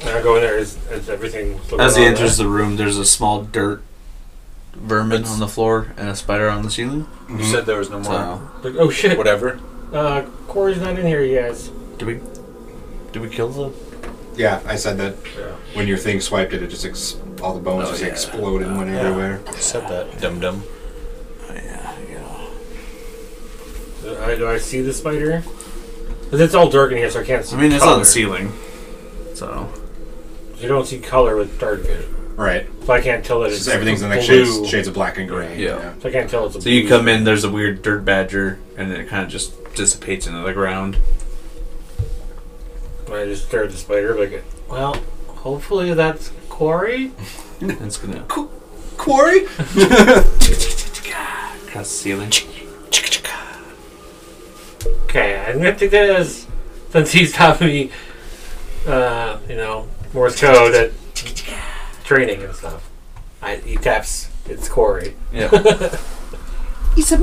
And I go in there. Is, is everything? still As he going on enters the room, there's a small dirt vermin on the floor and a spider on the ceiling. you said there was no more. So, there? Like, oh shit! Whatever. Uh, Corey's not in here, you guys. do we do we kill the? Yeah, I said that Yeah. when your thing swiped it, it just ex- all the bones Oh, just yeah. exploded and went everywhere. You said that. Dum dum. Oh, yeah, yeah. Uh, I, do I see the spider? 'Cause it's all dark in here, so I can't see. I mean, it's color. on the ceiling, so You don't see color with dark vision, Right, so I can't tell that it's Just everything's in like blue. shades, shades of black and gray. Yeah. So I can't tell it's. A so you blue. come in. There's a weird dirt badger, and then it kind of just dissipates into the ground. I just stare at the spider, like, well, hopefully that's Corey. And it's gonna Quarry. across the ceiling. Okay, I'm gonna take that as since he's taught me, uh, you know, Morse code at training and stuff. I, he taps. It's Corey. Yeah. Just so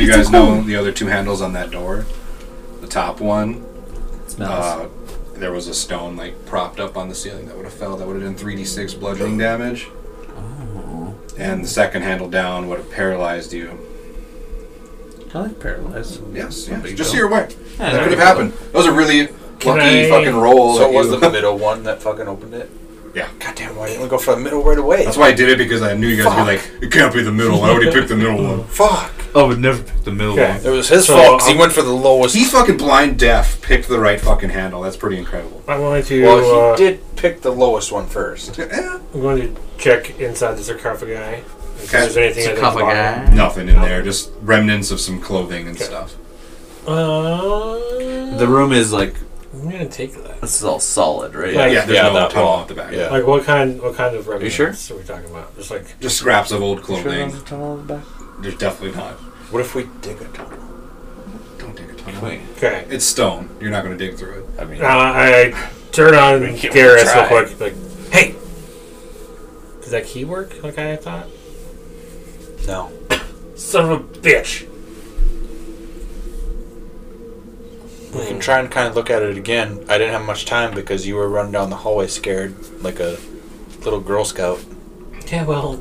you guys know, the other two handles on that door, the top one, uh, there was a stone like propped up on the ceiling that would have fell. That would have done three d six bludgeoning damage. Oh. And the second handle down would have paralyzed you. I like paralyzed. Yes, No yes. big Just so deal. you're aware, Yeah, that no could big have happened. That was a really lucky I- fucking roll. So that it was you- the middle one that fucking opened it. Yeah. Goddamn! Why didn't we go for the middle right away? That's why I did it because I knew you guys would be like, it can't be the middle. I already picked the middle one. Fuck. I would never pick the middle Okay. one. It was his So, fault 'cause he um, went for the lowest. He fucking blind deaf picked the right fucking handle. That's pretty incredible. I'm going to. well, he uh, did pick the lowest one first. Eh, I'm going to check inside the sarcophagi. Okay. If Okay. there's anything at the bottom. Sarcophagi. Nothing in there. Just remnants of some clothing and stuff. Uh, The room is like I'm gonna take that. this is all solid, right? Like- Yeah, there's Yeah, no that tunnel wall. at the back. Yeah. Like what kind? What kind of remnants sure? are we talking about? Just like Just scraps of old Sure clothing. there's a tunnel in the back? There's definitely not. What if we dig a tunnel? Don't dig a tunnel. Wait. okay. It's stone. You're not going to dig through it. I mean, Uh, I turn on give it a Garrus real try. quick. Like, hey, does that key work? Like I thought. no. Son of a bitch. We can try and kind of look at it again. I didn't have much time because you were running down the hallway scared like a little Girl Scout. Yeah, well,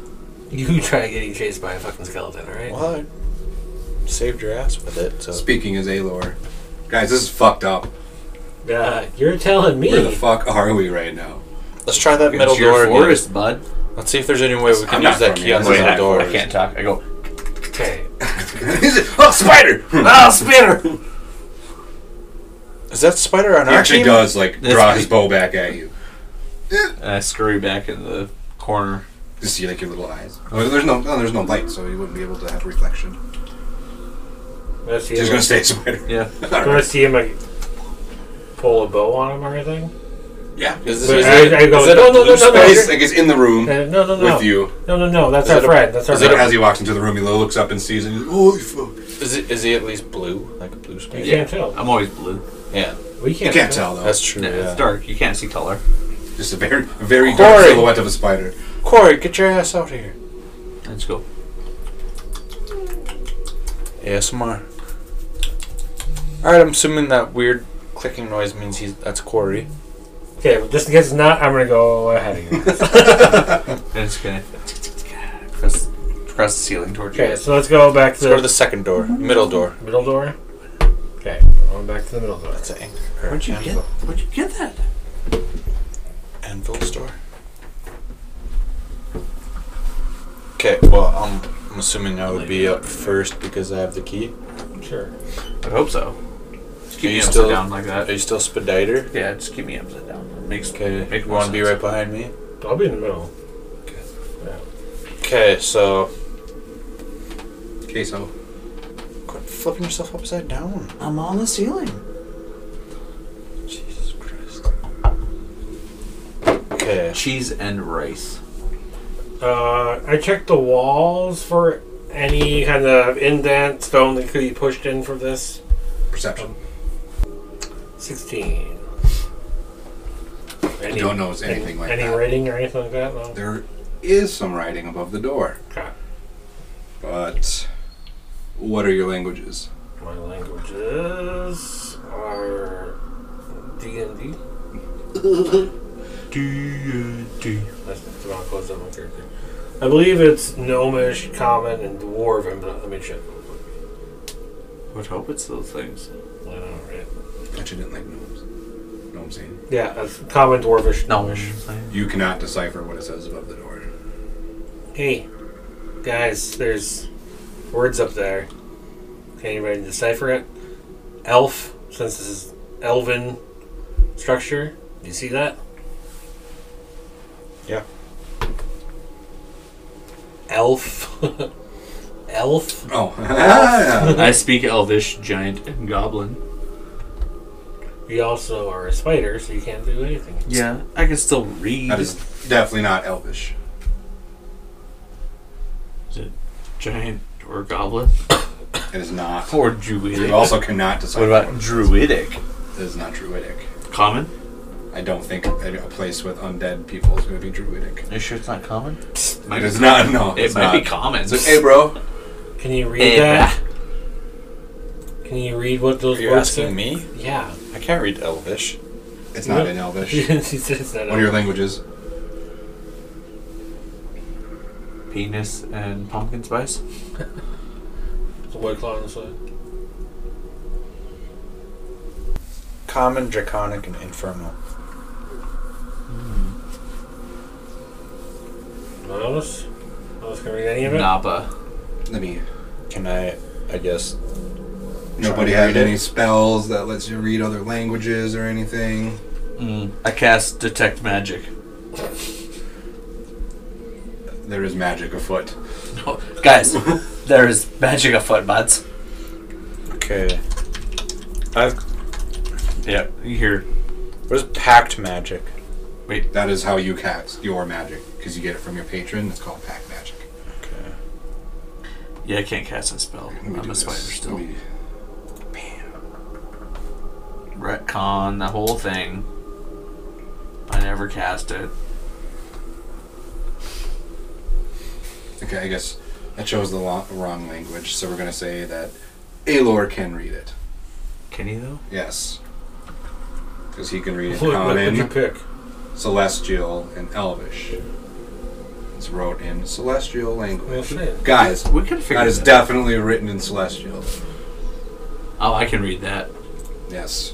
you try getting chased by a fucking skeleton, alright? Well, I saved your ass with it. So Speaking as Alor. Guys, this is fucked up. Uh, you're telling Where the me. fuck are we right now? let's try that middle It's your door. again. forest, bud. Let's see if there's any way we can I'm use not that from key here. on the Wait, middle door. talk. I go, Okay. oh, spider! ah, spitter! Is that spider on He our actually team? does, like, That's draw me. his bow back at you. And Uh, I scurry back in the corner. You see, like, your little eyes. Oh, there's no, no, there's no light, so you wouldn't be able to have reflection. Let's see He's him. going to stay a spider. Yeah. All Do I right. see him like pull a bow on him or anything? Yeah. Is this, Wait, is I- it, I go, is it a no, no, no, blue no, no, space? He's, like, he's in the room Uh, no, no, no. with you. No, no, no. That's Is our it a- friend. That's our is it So a- friend. as he walks into the room, he looks up and sees it. And he's, Holy fuck. Is it is he at least blue, like a blue space? You can't tell. I'm always blue. Yeah, We can't, You can't tell, though. that's true. Yeah, yeah. It's dark. You can't see color. Just a very, a very dark Corey. silhouette of a spider. Corey, get your ass out here. Let's go. ASMR. All right, I'm assuming that weird clicking noise means he's that's Corey. Okay, well, just in case it's not, I'm gonna go ahead of you. And it's gonna cross, cross the ceiling towards you. okay, guys. so let's go back to Let's go to the the second door, middle door. middle door. Okay, we're going back to the middle door. That's an anchor. Where'd you get- anvil. Where'd you get that? Anvil store. Okay, well, I'm, I'm assuming I would be up first because I have the key. Sure. I hope so. Just keep Are me you upside still- down like Are that. you still Spedider? Yeah, just keep me upside down. Makes Okay, Make you want to be more right behind me? I'll be in the middle. Okay, so. Okay, so Quit flipping yourself upside down. I'm on the ceiling. Jesus Christ. Okay. Cheese and rice. Uh, I checked the walls for any kind of indent stone that could be pushed in for this. perception. 16. Any, don't notice anything like any that. rating or anything like that? No. There is some writing above the door. Okay. But what are your languages? My languages are D and D. That's the wrong close up my character. I believe it's gnomish, common, and dwarven. But let me check. real quick. Would hope it's those things. I don't know, right? That you didn't like gnomes. Gnome scene. Yeah, that's common, dwarvish, gnomish. You cannot decipher what it says above the door. Hey, guys, there's words up there. Can anybody decipher it? Elf, since this is elven structure. Do you see that? Yeah. Elf. Elf. Oh. yeah. I speak Elvish, Giant, and Goblin. You also are a spider, so you can't do anything. Yeah, I can still read. that is definitely not elvish. Giant or Goblin It is not. or You Druidic. also cannot What decipher about it druidic? is. It is not druidic. Common? I don't think a a place with undead people is going to be druidic. Are you sure it's not common? It is not. No, It it's might not. be common. So, hey, bro, Can you read Eh, that? Can you read what those You're words asking are? me? Yeah. I can't read Elvish. it's not No. in She elvish. says that. What are your languages? Penis and pumpkin spice? The white claw on the side. Common, draconic, and infernal. Miles? Miles can read any of it? Naba. Let me. Can I? I guess. Nobody Try to has read any it. spells that lets you read other languages or anything. Mm, I cast detect magic. There is magic afoot. No, guys, there is magic afoot, buds. Okay. I've. Yeah, you hear. What is pact magic? That is how you cast your magic because you get it from your patron. It's called pack magic. Okay. Yeah, I can't cast a spell. Let me I'm do a this. spider Let still. me- Retcon, the whole thing. I never cast it. Okay, I guess that shows the lo- wrong language. So we're gonna say that Alor can read it. Can you though? Yes, because he can read it What, what would you common, pick? celestial, and elvish. It's wrote in celestial Well, language. shit. Guys, We can figure that is that out. definitely written in celestial. Oh, I can read that. Yes,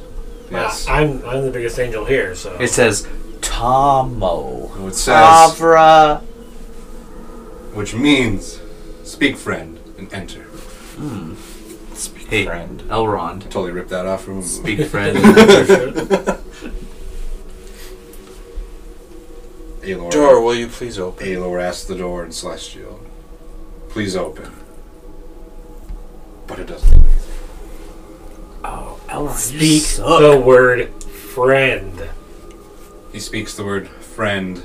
yes. I, am I'm the biggest angel here, so. It says Tomo. No, it says, Avra. which means speak friend and enter. Speak Hey, friend. Elrond. Totally ripped that off from. Speak friend. Alor. Door, will you please open? Alor asks the door in Celestial, please open. But it doesn't do anything. oh, Elrond. you Speak suck. the word friend. He speaks the word friend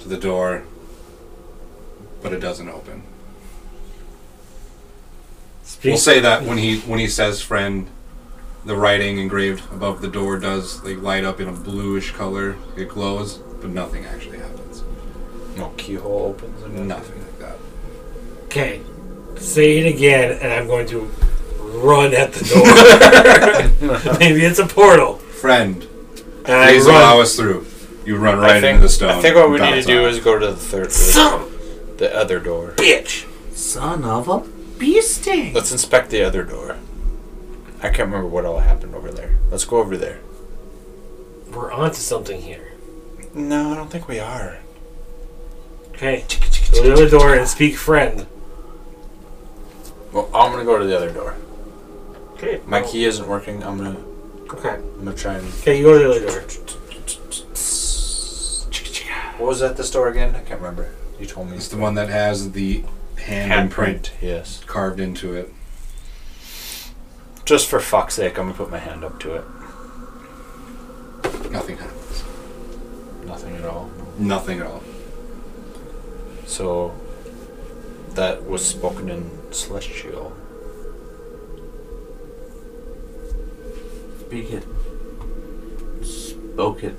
to the door, but it doesn't open. Speak. We'll say that when he when he says friend, the writing engraved above the door does like light up in a bluish color. It glows, but nothing actually happens. No keyhole opens. and Nothing like that. okay. Say it again, and I'm going to run at the door. Maybe it's a portal. Friend, And I please allow run. us through. You run I right think, into the stone. I think what we and need to bounce do off. is go to the third, Son the, the other door. bitch. Son of a beasting. Let's inspect the other door. I can't remember what all happened over there. Let's go over there. We're onto something here. No, I don't think we are. Okay. Go to the other door and speak friend. Well, I'm gonna go to the other door. Okay. My key isn't working. I'm gonna, Okay. I'm gonna try and. Okay, you go to the other door. What was that? This door again? I can't remember. You told me. It's the one that has the hand, imprint Yes. carved into it. Just for fuck's sake, I'm gonna put my hand up to it. Nothing happens. Nothing at all. Nothing at all. So, that was spoken in celestial. Speak it. Spoke it.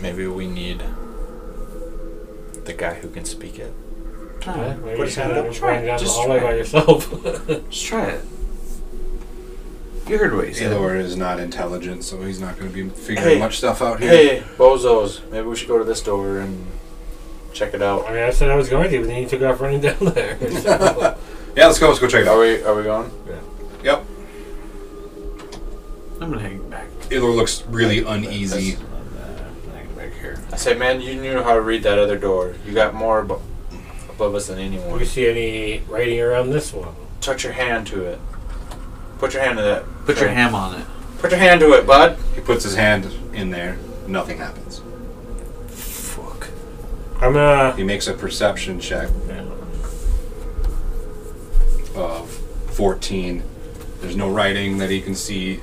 Maybe we need the guy who can speak it. No, Maybe put his you hand should up. just Try run it. down the Just hallway try by it. yourself. Just try it. You heard what he said. Elor is not intelligent, so he's not going to be figuring Hey. much stuff out here. Hey, bozos, maybe we should go to this door and check it I out. mean, I said I was going to, but then you took off running down there. So, Yeah, let's go. Let's go check it Are out. we are we going? Yeah. Yep. I'm gonna hang back. Elor looks really uneasy. Hang back here. I say, man, you knew how to read that other door. You got more abo- above us than do anyone. you see any writing around this one? Touch your hand to it. Put your hand to that. Put your thing. ham on it. Put your hand to it, bud. He puts his hand in there. Nothing happens. Fuck. I'm gonna. He makes a perception check of 14. There's no writing that he can see.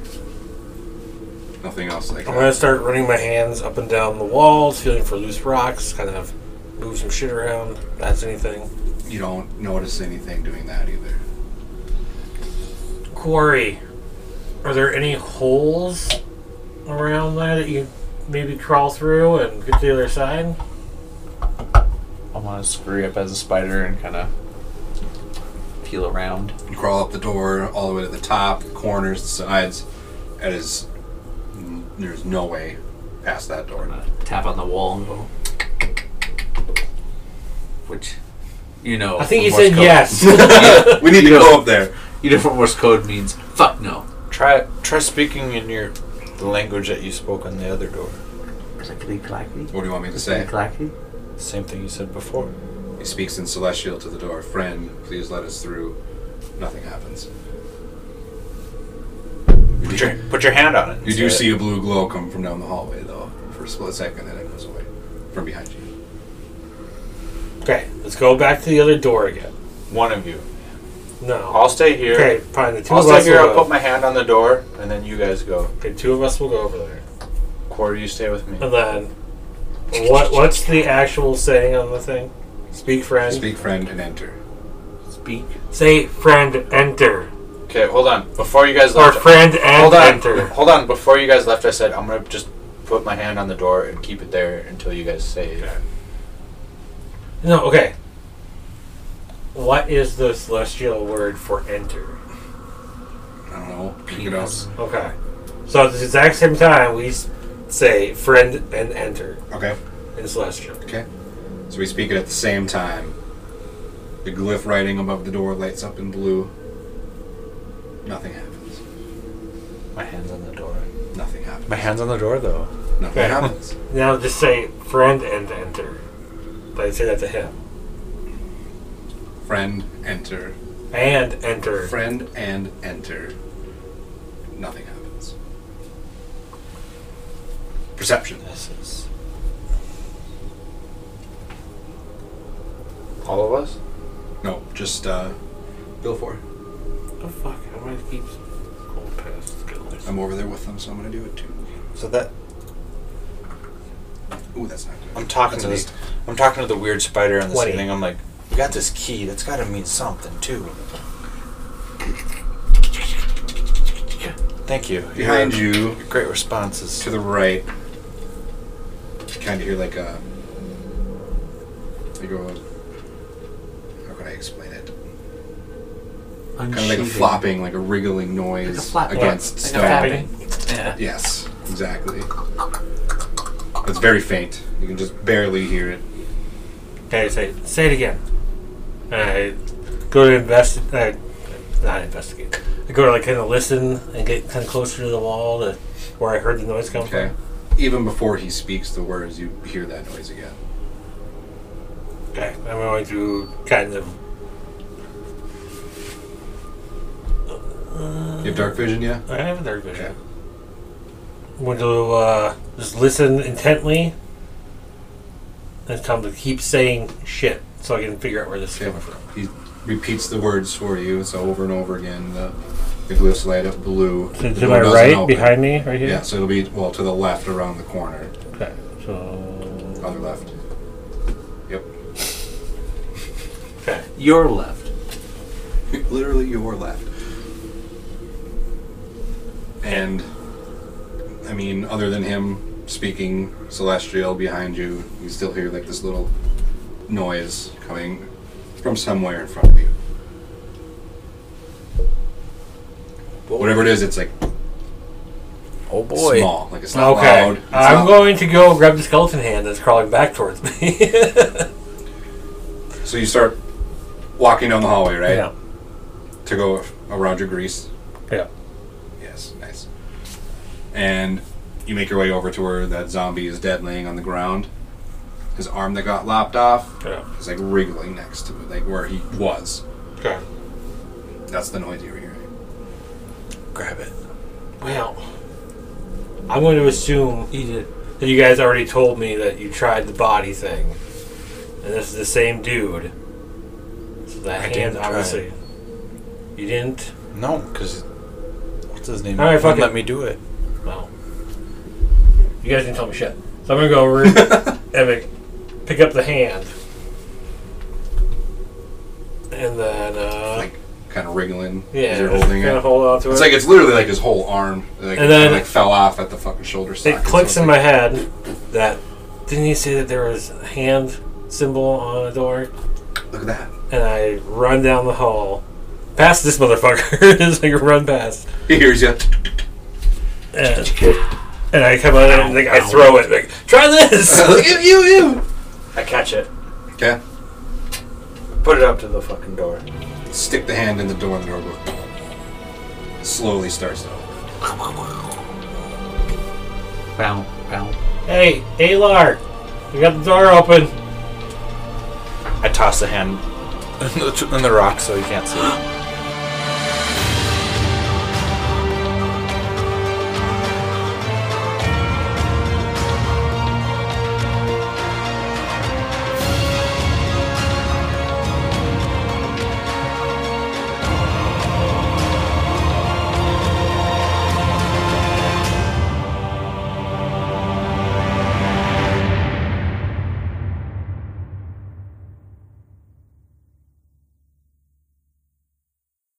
Nothing else like I'm gonna that. start running my hands up and down the walls, feeling for loose rocks, kind of move some shit around. if That's anything. You don't notice anything doing that either. Quarry. Are there any holes around there that you maybe crawl through and get to the other side? I want to scurry up as a spider and kind of peel around. You crawl up the door all the way to the top, the corners, the sides. That is, mm, there's no way past that door. I'm gonna tap on the wall and go. Which, you know, I think from you Morse said code- yes. We need to go up there. You know, from Morse code means fuck no. Try try speaking in your the language that you spoke on the other door. What do you want me to say? Same thing you said before. He speaks in celestial to the door. Friend, please let us through. Nothing happens. You Put do- your, put your hand on it. and You do say see it. a blue glow come from down the hallway, though, for a split second, and it goes away from behind you. okay, let's go back to the other door again. one of you. No. I'll stay here. Okay, fine. The two I'll of stay us here. will I'll put go. my hand on the door, and then you guys go. Okay, two of us will go over there. Quarter, you stay with me. And then, what? What's the actual saying on the thing? Speak, friend. Speak, friend, and enter. Speak. Say, friend, enter. Okay, hold on. Before you guys Or left, friend and hold on. enter. Hold on. Before you guys left, I said I'm gonna just put my hand on the door and keep it there until you guys say. No, okay. What is the celestial word for enter? I don't know. Pick it up. Okay. So at the exact same time, we s- say friend and enter Okay. in celestial. Okay. So we speak it at the same time. The glyph writing above the door lights up in blue. Nothing happens. My hands on the door. Nothing happens. My hands on the door, though. Nothing Okay. happens. Now just say friend and enter. But I say that to him. Friend, enter. And enter. Friend, and enter. Nothing happens. Perception. This is all of us. No, just uh, go for it. Oh fuck! I'm gonna keep cold past skills. I'm over there with them, so I'm gonna do it too. So that Ooh, that's not good. I'm talking That's to an this. I'm talking to the weird spider on this Twenty. evening. I'm like, we got this key. That's got to mean something too. Thank you. Behind Your- you, your Great responses. to the right, you kind of hear like a. You go. How can I explain it? Kind of like a flopping, like a wriggling noise flap. against stone. Yeah. Yes, exactly. It's very faint. You can just barely hear it. Okay, say say it again. I go to invest. Uh, not investigate. I go to like kind of listen and get kind of closer to the wall to where I heard the noise come Okay. Even before he speaks the words, you hear that noise again. from. Okay, I'm going to kind of. You have dark vision, yeah? I have a third vision. Okay. I'm going to uh, just listen intently and come to keep saying shit so I can figure out where this is coming from. He repeats the words for you, so over and over again. The, the glyphs light up blue. To, The to door my doesn't right, open. behind me, right here. Yeah, so it'll be well to the left, around the corner, Okay. So. other left. Yep. Okay. Your left. Literally your left. And I mean, other than him speaking celestial behind you, you still hear like this little noise coming from somewhere in front of you. Whatever it is, it's like Oh boy. small. Like it's not Okay. loud. It's I'm not- going to go grab the skeleton hand that's crawling back towards me. So you start walking down the hallway, right? Yeah. To go around your grease. Yeah. Yes, nice. And you make your way over to where that zombie is dead, laying on the ground. His arm that got lopped off Yeah. is like wriggling next to like where he was. Okay. That's the noise you were hearing. Grab it. Well, I'm going to assume that you guys already told me that you tried the body thing, and this is the same dude. So that I hand, didn't try obviously, it. you didn't. No, because what's his name? All right, fuck Wouldn't it. let me do it. Well, you guys didn't tell me shit. So I'm gonna go over and like, pick up the hand, and then uh, Like kind of wriggling. yeah, As you're holding kind it. of hold on to it. It's like it's literally like his whole arm, like, And then- like fell off at the fucking shoulder. it socket. clicks So in it's my like- head that didn't he say that there was a hand symbol on a door? Look at that. and I run down the hall, past this motherfucker. Just like run past, He hears you. and, and I come out and like I throw it. Like try this. Look at you, you. I catch it. Okay. Put it up to the fucking door. Stick the hand in the door, and the door goes. Slowly starts to open. Bow, bow. hey, Alar, you got the door open. I toss the hand in the, in the rock so he can't see.